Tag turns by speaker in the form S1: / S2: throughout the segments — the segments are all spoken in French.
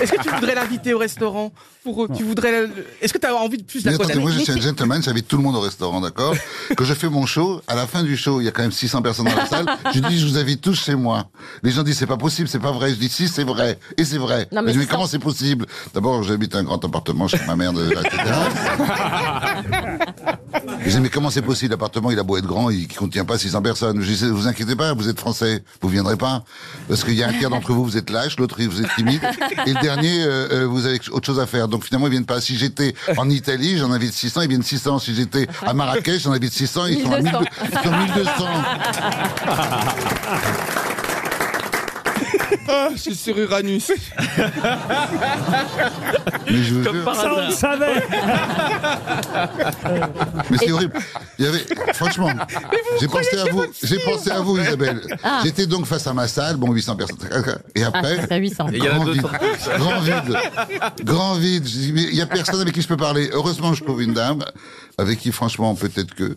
S1: Est-ce que tu voudrais l'inviter au restaurant pour, euh, Tu voudrais. la- Est-ce que tu as envie de plus la
S2: Mais attendez,
S1: connaître
S2: moi je suis un gentleman, j'invite tout le monde au restaurant, d'accord Que je fais mon show, à la fin du show, il y a quand même 600 personnes dans la salle, je dis je vous invite tous chez moi. Les gens disent c'est pas possible, c'est pas vrai. Je dis si c'est vrai, et c'est vrai.
S3: Non,
S2: mais
S3: mais
S2: je dis,
S3: c'est
S2: mais comment c'est possible D'abord j'habite un grand appartement chez ma mère, de- etc. je dis mais comment c'est possible L'appartement il a beau être grand, il contient pas 600 personnes. Je dis vous inquiétez pas, vous êtes français, vous viendrez pas. Parce qu'il y a un tiers d'entre vous, vous êtes lâche, l'autre vous êtes timide, et le dernier, euh, euh, vous avez autre chose à faire. Donc finalement ils viennent pas. Si j'étais en Italie, j'en invite 600, ils viennent 600. Si j'étais à Marrakech, j'en invite 600, ils sont à
S3: 1200.
S2: 1200. Ils sont 1200.
S1: Ah,
S4: Je suis sur Uranus.
S2: Mais je vous jure.
S5: Ça, on le savait.
S2: Mais c'est horrible. Il y avait, franchement, j'ai pensé à vous, j'ai pensé à vous, Isabelle. J'étais donc face à ma salle, bon, 800 personnes. Et
S3: Ah,
S2: après,
S3: c'est à 800.
S4: Il y en a
S2: grand,
S4: 200.
S2: vide, grand vide, grand vide. J'ai dit, mais Il y a personne avec qui je peux parler. Heureusement, je trouve une dame avec qui, franchement, peut-être que.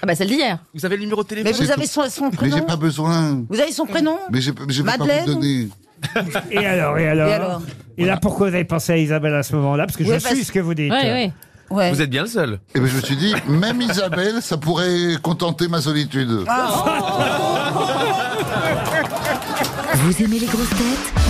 S3: Ah, bah, celle d'hier.
S1: Vous avez le numéro de
S6: Mais
S1: téléphone
S6: vous
S2: C'est
S6: avez
S2: tout.
S6: son, son
S2: Mais j'ai
S6: prénom
S2: pas Euh, besoin.
S6: Vous avez son prénom
S2: Mais j'ai, mais je vais pas vous
S6: Madeleine
S2: le donner.
S5: Et alors, et alors
S6: Et alors
S5: Et là, pourquoi vous avez pensé à Isabelle à ce moment-là Parce que je
S6: Ouais, parce-
S5: suis ce que vous dites.
S3: Oui, oui.
S6: Ouais.
S4: Vous êtes bien le seul.
S2: Et ben, je me suis dit, même Isabelle, ça pourrait contenter ma solitude.
S7: Vous aimez les grosses têtes